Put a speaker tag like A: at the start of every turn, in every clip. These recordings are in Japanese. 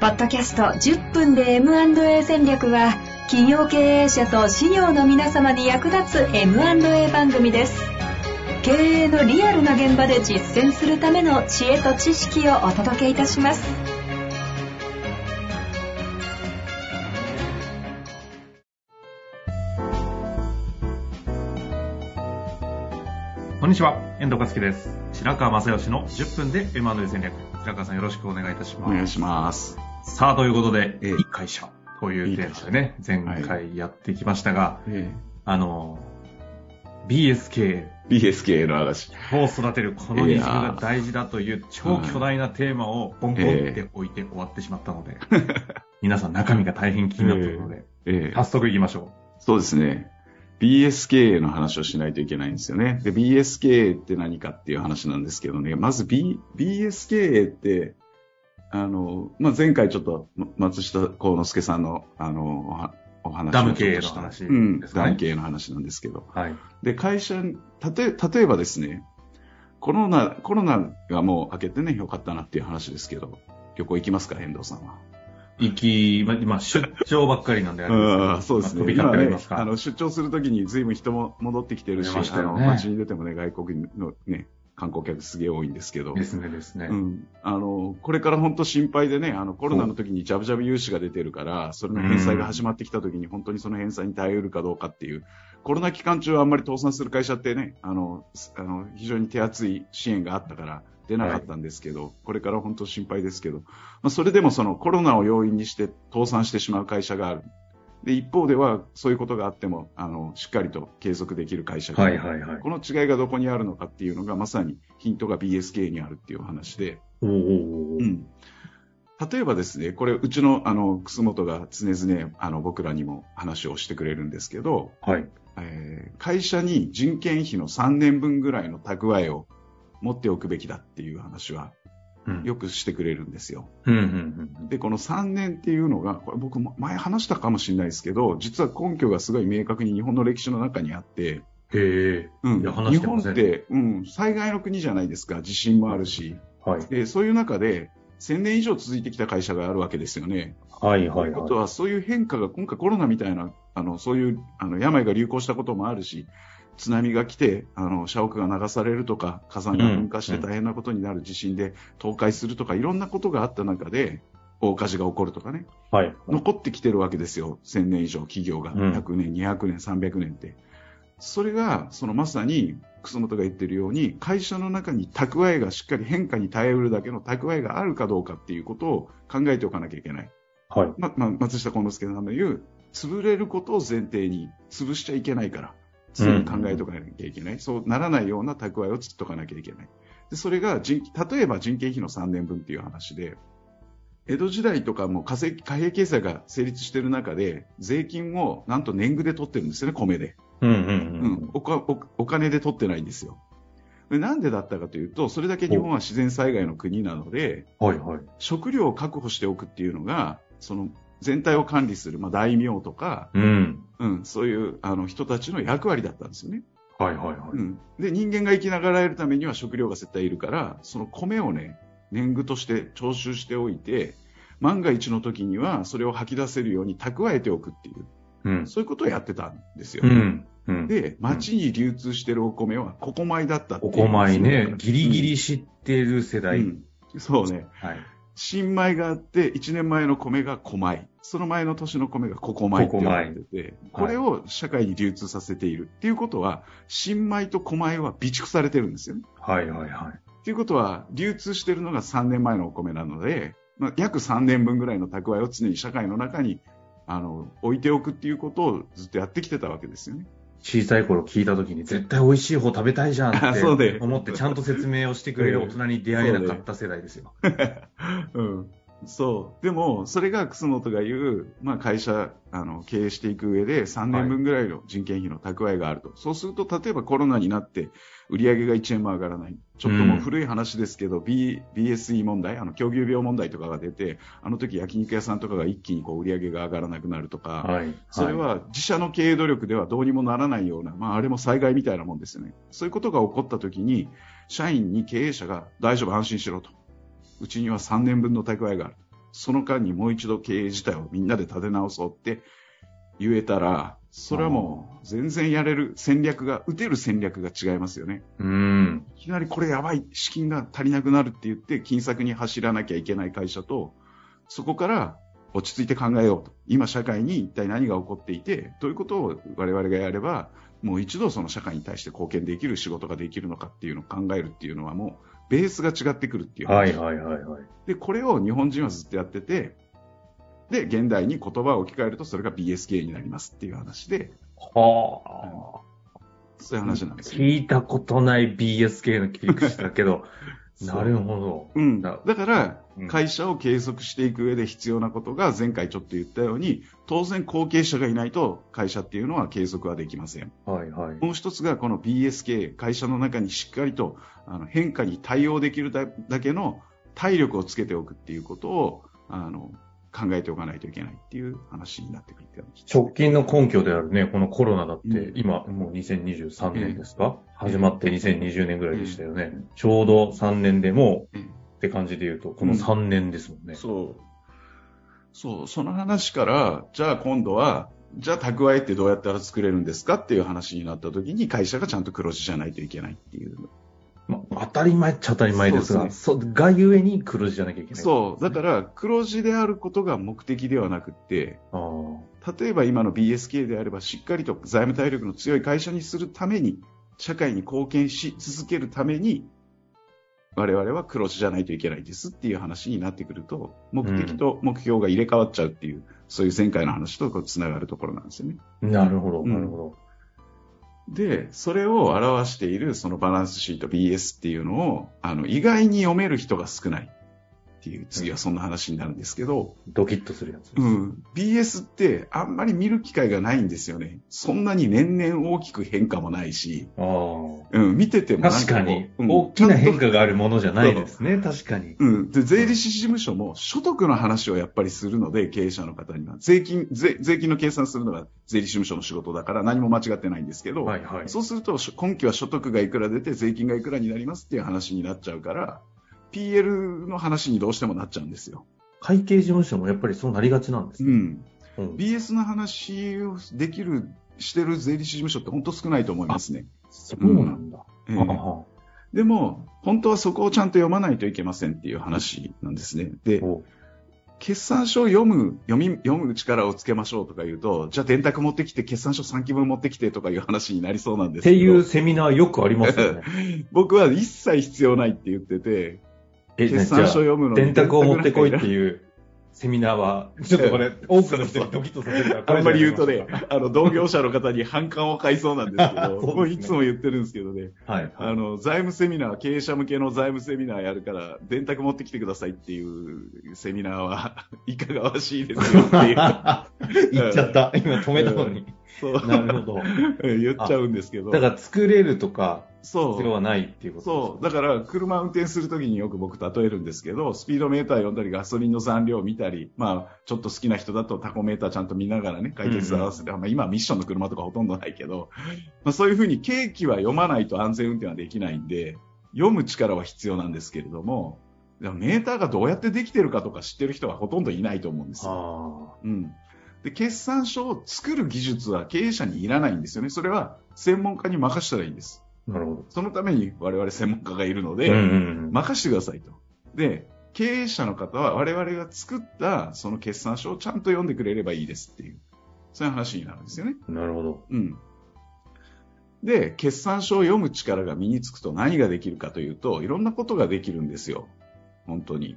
A: ポッドキャスト10分で M&A 戦略は企業経営者と事業の皆様に役立つ M&A 番組です経営のリアルな現場で実践するための知恵と知識をお届けいたします
B: こんにちは、遠藤和樹です。白川正義の10分で M&A 戦略。白川さんよろしくお願いいたし
C: お
B: ます。
C: 願いします。
B: さあ、ということで、
C: ええ
B: いい会社というテーマでね、前回やってきましたが、
C: え
B: あの、BSK
C: え BSK の話。
B: を育てるこの
C: いやー
B: 二軸が大事だという超巨大なテーマをポンポンって置いて終わってしまったので、 皆さん中身が大変気になったので、
C: ええ
B: 早速行きましょ
C: そうですね。BSK の話をしないといけないんですよね。で、BSK って何かっていう話なんですけどね。まず、B、BSK って、あの、まあ、前回ちょっとま松下幸之助さんの、あの、おはお話を
B: ダム経営
C: ちょ
B: の
C: っとし
B: 話
C: たうん、
B: ですかね
C: ダム経営の話なんですけど。
B: う。はい。
C: で、会社、例え、例えばですね、コロナ、コロナがもう明けてね、よかったなっていう話ですけど、旅行行きますか、遠藤さんは。
B: 行き、ま、今出張ばっかり なんであれですけど
C: うんそうですね。
B: まあ飛び交っております
C: 今ね
B: か
C: あ。の出張するときに随分人も戻ってきてるし、
B: 出ました
C: あ
B: よ
C: の
B: ね
C: 街に出てもね、外国のね、観光客すげえ多いんですけど、
B: ですねですね。
C: うん、あのこれから本当心配でね、あのコロナの時にジャブジャブ融資が出てるから、それの返済が始まってきた時に本当にその返済に耐えうるかどうかっていう、コロナ期間中はあんまり倒産する会社ってね、あのすあの非常に手厚い支援があったから出なかったんですけど、これから本当心配ですけど、まあ、それでもそのコロナを要因にして倒産してしまう会社がある。で一方ではそういうことがあってもあのしっかりと継続できる会社があ
B: は
C: る
B: いはいはい。
C: この違いがどこにあるのかっていうのがまさにヒントが BSK にあるっていう話で、
B: おーおーおー
C: うん、例えばですね、これ、うちのあの楠本が常々あの僕らにも話をしてくれるんですけど、
B: はい。
C: えー会社に人件費の3年分ぐらいの蓄えを持っておくべきだっていう話は
B: うん
C: よくしてくれるんですよ。
B: うんうんうん
C: で、この3年っていうのが、これ僕も前話したかもしれないですけど、実は根拠がすごい明確に日本の歴史の中にあって、
B: うん。へえ。
C: うん
B: いや話
C: 日
B: してま
C: 本
B: せん
C: って、うん、災害の国じゃないですか、地震もあるし、
B: はい。
C: でそういう中で1000年以上続いてきた会社があるわけですよね。
B: はいはい
C: というこ
B: は
C: とは、そういう変化が今回コロナみたいな、あのそういうあの病が流行したこともあるし、津波が来て、あの社屋が流されるとか、火山が噴火して
B: うん
C: 大変なことになる地震で倒壊するとか、いろんなことがあった中で、大火事が起こるとかね、
B: い。はい。
C: 残ってきてるわけですよ、1000年以上、企業が、
B: うん
C: 100年、200年、300年って。それがそのまさに楠本が言ってるように会社の中に蓄えがしっかり変化に耐えうるだけの蓄えがあるかどうかっていうことを考えておかなきゃいけない。
B: はい。
C: まま松下幸之助さんの言う潰れることを前提に潰しちゃいけないから常に考えとかなきゃいけない、そうならないような蓄えをつっとかなきゃいけないでそれが人例えば人件費の3年分っていう話で江戸時代とかもう貨幣貨幣経済が成立してる中で税金をなんと年貢で取ってるんですよね、米で、
B: うんう
C: うん
B: ん
C: おかおお金で取ってないんですよでなんでだったかというとそれだけ日本は自然災害の国なので、
B: うん。はいはい。
C: 食料を確保しておくっていうのがその全体を管理する、まあ、大名とか、
B: うん。
C: うん、そういうあの人たちの役割だったんですよね、
B: はいはいは
C: う
B: い。
C: ん、で人間が生きながらえるためには食料が絶対いるからその米をね年貢として徴収しておいて万が一の時にはそれを吐き出せるように蓄えておくっていう
B: うん。
C: そういうことをやってたんですよ、
B: うん。うん。
C: で町に流通してるお米はここ米だったってい
B: お
C: う
B: 米ね、ギリギ、
C: うん
B: リ知ってる世代。
C: うんそうね
B: はい。
C: 新米があって、1年前の米が小米。その前の年の米がここ米って言われてて、
B: ここ
C: こ
B: 米
C: れを社会に流通させている。っていうことは、新米と小米は備蓄されてるんですよね。
B: はいはいは
C: っていうことは、流通してるのが3年前のお米なので、まあ、約3年分ぐらいの蓄えを常に社会の中に、あの、置いておくっていうことをずっとやってきてたわけですよね。
B: い。小さい頃聞いた時に絶対美味しい方食べたいじゃん
C: あそう
B: って
C: ね
B: 思ってちゃんと説明をしてくれる大人に出会えなかった世代ですよ。
C: うん。そう。でも、それが楠本が言う、まあ、会社、あの、経営していく上で3年分ぐらいの人件費の蓄えがあると。そうすると、例えばコロナになって、売り上げが1円も上がらない。ちょっともう古い話ですけど、B、BSE 問題、あの、狂牛病問題とかが出て、あの時焼肉屋さんとかが一気にこう売り上げが上がらなくなるとか、
B: はい。
C: それは自社の経営努力ではどうにもならないような、まあ、あれも災害みたいなもんですよね。そういうことが起こった時に、社員に経営者が大丈夫、安心しろと。うちには3年分の蓄えがある。その間にもう一度経営自体をみんなで立て直そうって言えたら、それはもう全然やれる戦略が、打てる戦略が違いますよね。
B: うん。
C: いきなりこれやばい、資金が足りなくなるって言って、金策に走らなきゃいけない会社と、そこから落ち着いて考えようと。今社会に一体何が起こっていて、どういうことを我々がやれば、もう一度その社会に対して貢献できる仕事ができるのかっていうのを考えるっていうのはもう、ベースが違ってくるっていう。
B: はいはいはいはい。
C: で、これを日本人はずっとやってて、で、現代に言葉を置き換えるとそれが BSK になりますっていう話で、
B: は
C: そういう
B: あ。
C: 話なんですよ。
B: 聞いたことない BSK の切り口だけ ど、なるほど。
C: うん。だ
B: だ
C: から、
B: うん
C: 会社を継続していく上で必要なことが前回ちょっと言ったように、当然後継者がいないと会社っていうのは継続はできません。
B: はいはい。
C: もう一つがこの BSK、会社の中にしっかりとあの変化に対応できるだだけの体力をつけておくっていうことを、あの、考えておかないといけないっていう話になってくるって感じですね
B: 直近の根拠であるね、このコロナだって、
C: うん
B: 今、もう2023
C: ええ
B: 年ですか、
C: え
B: 始まって2020年ぐらいでしたよね。ちょうど3年でもう、
C: ええ
B: って感じで言うと、この3年ですもんね。
C: そう。そう、その話から、じゃあ今度は、じゃあ蓄えってどうやったら作れるんですかっていう話になった時に会社がちゃんと黒字じゃないといけないっていう。
B: まあ、当たり前っちゃ当たり前です
C: そう
B: が、
C: で
B: そうがゆえに黒字じゃなきゃいけない。
C: そう、だから黒字であることが目的ではなくって、
B: あー
C: 例えば今の BSK であればしっかりと財務体力の強い会社にするために、社会に貢献し続けるために、我々は黒字じゃないといけないですっていう話になってくると、目的と目標が入れ替わっちゃうっていう、そういう前回の話とこうつながるところなんですよね。
B: なるほど、
C: うん
B: なるほど。
C: で、それを表しているそのバランスシート BS っていうのを、あの、意外に読める人が少ないっていう、次はそんな話になるんですけど、
B: ドキッとするやつです。
C: うん。BS ってあんまり見る機会がないんですよね。そんなに年々大きく変化もないし、
B: あー
C: うん、見ててもなん
B: 確か
C: こう
B: に、
C: うん
B: 大きな変
C: ちゃんと
B: 化があるものじゃないですね、確かに。
C: うん。で、税理士事務所も所得の話をやっぱりするので、経営者の方には。税金、税税金の計算するのが税理士事務所の仕事だから何も間違ってないんですけど、
B: はいはい。
C: そうすると、しょ今期は所得がいくら出て、税金がいくらになりますっていう話になっちゃうから、PL の話にどうしてもなっちゃうんですよ。
B: 会計事務所もやっぱりそうなりがちなんです
C: う
B: ね。
C: ん。
B: うん
C: BS の話をできる、してる税理士事務所って本当少ないと思いますね。
B: そうなんだ。
C: ええ
B: あー
C: でも、本当はそこをちゃんと読まないといけませんっていう話なんですね。で、
B: お
C: 決算書を読む、読み、読む力をつけましょうとか言うと、じゃあ電卓持ってきて、決算書3期分持ってきてとかいう話になりそうなんで
B: っ
C: すけ
B: て
C: ど。
B: いうセミナーよくあります よね。
C: 僕は一切必要ないって言ってて、
B: え、
C: 決
B: じゃ
C: 算書
B: あ、
C: 読むのに
B: 電卓を持ってこいって
C: う。
B: いうセミナーは、ちょっとこれ、多くの人にドキッとさせるから、こ
C: あ
B: れ
C: んまり言うと ね、あの、同業者の方に反感を買いそうなんですけ
B: そう
C: ど、
B: ですね
C: もういつも言ってるんですけどね、
B: はい。
C: あの、財務セミナー、経営者向けの財務セミナーやるから、電卓持ってきてくださいっていうセミナーは、いかがわしいですよっていう、
B: 言っちゃった。今止めたの に。
C: そう、
B: なるほ
C: 言っちゃうんですけど
B: ど。、 だから作れるとか、
C: そ
B: 必要
C: う。
B: はないっていうこと
C: そう。だから、車運転するときによく僕例えるんですけど、スピードメーター読んだり、ガソリンの残量を見たり、まあ、ちょっと好きな人だとタコメーターちゃんと見ながらね、解決合わせて、まあ今はミッションの車とかほとんどないけど、まあそういうふうにケーキは読まないと安全運転はできないんで、読む力は必要なんですけれども、でもメーターがどうやってできてるかとか知ってる人はほとんどいないと思うんですよ。
B: あ
C: うん。で、決算書を作る技術は経営者にいらないんですよね。それは専門家に任せたらいいんです。
B: あ。なるほど。
C: そのために我々専門家がいるので、
B: うんうんうん。
C: 任してくださいと。で、経営者の方は我々が作ったその決算書をちゃんと読んでくれればいいですっていう、そういう話になるんですよね。
B: なるほど。
C: うん。で、決算書を読む力が身につくと何ができるかというと、いろんなことができるんですよ。本当に。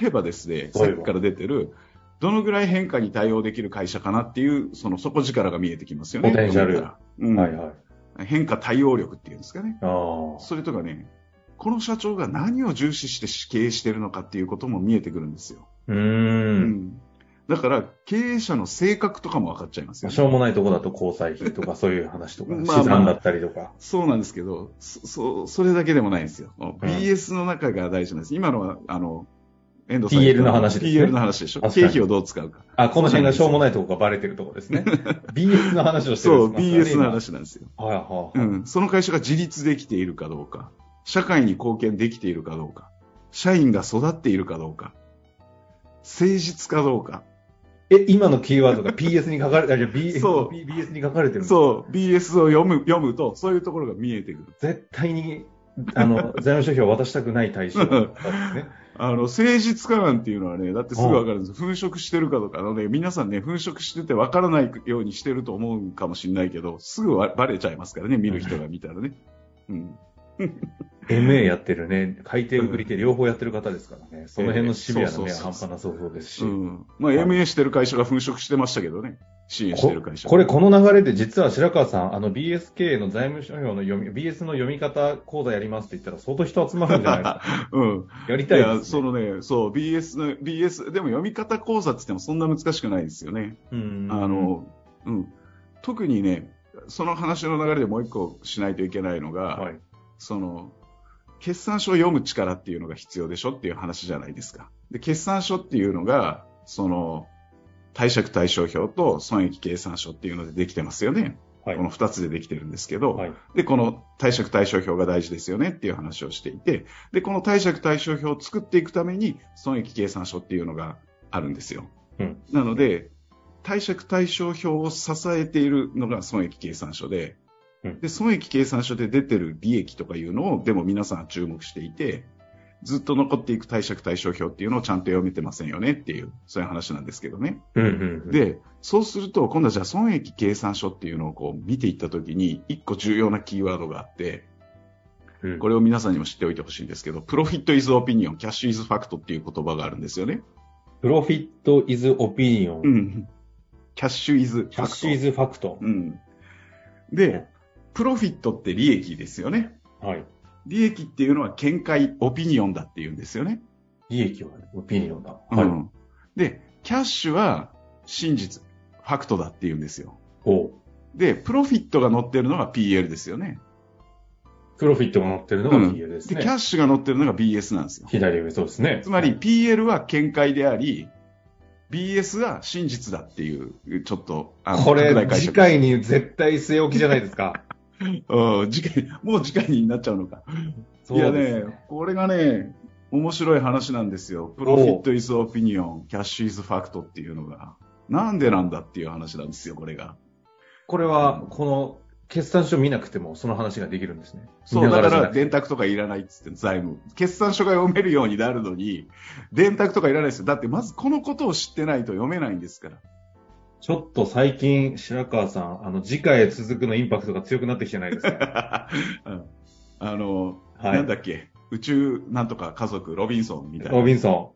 C: 例えばですね、さ
B: はい
C: っきから出てる、どのぐらい変化に対応できる会社かなっていう、その底力が見えてきますよね。
B: ポテンシャル
C: 読んだらうん
B: はいはい。
C: 変化対応力っていうんですかね。
B: ああ。
C: それとかね、この社長が何を重視して経営してるのかっていうことも見えてくるんですよ。
B: う
C: う
B: ーん。
C: だから、経営者の性格とかも分かっちゃいますよ、
B: しょうもないとこだと交際費とかそういう話とか、
C: まあまあ
B: 資産だったりとか。
C: そうなんですけど、そ、そそれだけでもないんですよ。BS の中が大事なんです。今のは、あの、遠藤さん。
B: PL の話ですね
C: PL の話でしょ。
B: 確か
C: 経
B: に
C: 費をどう使うか。
B: あ、この辺がしょうもないとこがバレてるとこです ね。BS の話をしてる
C: そう、
B: んです
C: BS の。話なんですよ。
B: 今はいはい。
C: うん。その会社が自立できているかどうか、社会に貢献できているかどうか、社員が育っているかどうか、誠実かどうか。
B: え、今のキーワードが PS に書かれて、あ、じゃあ B、
C: そう
B: B- BS に書かれてるう。
C: そう、BS を読む、読むと、そういうところが見えてくる。
B: 絶対に、あ の、財務諸表を渡したくない対象だったんですね。
C: あの、誠実かなんていうのはね、だってすぐわかるんです。粉飾してるかとか、あのね、皆さんね、粉飾しててわからないようにしてると思うかもしれないけど、すぐわバレちゃいますからね、見る人が見たらね。うん。
B: MA やってるね、海底売り手両方やってる方ですからね、その辺のシビアな
C: そう
B: 目
C: そう
B: は
C: そう
B: 半端な想像ですし、
C: うん。ま
B: は
C: あ、
B: い
C: MA してる会社が粉飾してましたけどね。支援してる会社。
B: ここれ、この流れで実は白川さん、あの BSK の財務諸表の読み、BS の読み方講座やりますって言ったら相当人集まるんじゃない ですか。
C: うん。
B: やり
C: い
B: たいです、ね。
C: や、そのね、そう、BS の、BS、でも読み方講座って言ってもそんな難しくないですよね。
B: うん
C: あ、の、うん。特にね、その話の流れでもう一個しないといけないのが、
B: はい。
C: その、決算書を読む力っていうのが必要でしょっていう話じゃないですか。で、決算書っていうのが、その、貸借対照表と損益計算書っていうのでできてますよね。
B: はい
C: この2つでできてるんですけど、
B: はい。
C: で、この貸借対照表が大事ですよねっていう話をしていて、で、この貸借対照表を作っていくために損益計算書っていうのがあるんですよ。
B: うん
C: なので、貸借対照表を支えているのが損益計算書で、
B: うん
C: で、損益計算書で出てる利益とかいうのを、でも皆さんは注目していて、ずっと残っていく貸借対照表っていうのをちゃんと読めてませんよねっていう、そういう話なんですけどね。
B: うんうんうん。、
C: で、そうすると、今度はじゃあ損益計算書っていうのをこう見ていったときに、一個重要なキーワードがあって、
B: うん、
C: これを皆さんにも知っておいてほしいんですけど、プロフィットイズオピニオン、キャッシュイズファクトっていう言葉があるんですよね。
B: プロフィットイズオピニオン、
C: うん。キャッシュイズファク
B: キ
C: ト。
B: ャッシュイズファクト
C: う。ん。で、プロフィットって利益ですよね。
B: はい。
C: 利益っていうのは見解、オピニオンだって言うんですよね。
B: 利益はオピニオンだ。
C: う
B: はい。
C: ん。で、キャッシュは真実、ファクトだって言うんですよ。
B: お
C: で、プロフィットが載ってるのが PL ですよね。
B: プロフィットが載ってるのが
C: うん
B: PL です
C: で、
B: ね。
C: キャッシュが載ってるのが BS なんですよ。
B: 左上、そうですね。
C: つまり PL は見解であり、BS が真実だっていう、ちょっと、あ
B: これ
C: 拡大、解
B: 次
C: 釈
B: 回に絶対据え置きじゃないですか。
C: うん次回、もう次回になっちゃうのか。いやね、これがね、面白い話なんですよ。プロフィットイズオピニオン、キャッシュイズファクトっていうのが。なんでなんだっていう話なんですよ、これが。
B: これは、この、決算書見なくても、その話ができるんですね。
C: そう、だから
B: で、
C: 電卓とかいらないっつって、財務。決算書が読めるようになるのに、電卓とかいらないですよ。だってまずこのことを知ってないと読めないんですから。
B: ちょっと最近、白川さん、あの、次回へ続くのインパクトが強くなってきてないです か
C: うんあの、
B: はい
C: なんだっけ、宇宙なんとか家族、ロビンソンみたいな。
B: ロビンソ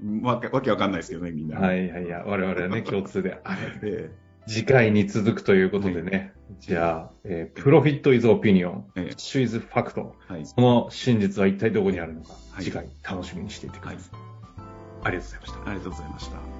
C: うん、わけわけわかんないですけどね、みん
B: ン。
C: な。
B: はい、いやいや、我々ね、共通で。あれ
C: え
B: 次回に続くということでね。じゃあ、えープロフィットイズオピニオン、
C: ええ
B: シュイズファクト。
C: えはい。
B: その真実は一体どこにあるのか、
C: はい
B: 次回楽しみにしていてください。ありがとうございました。
C: ありがとうございました。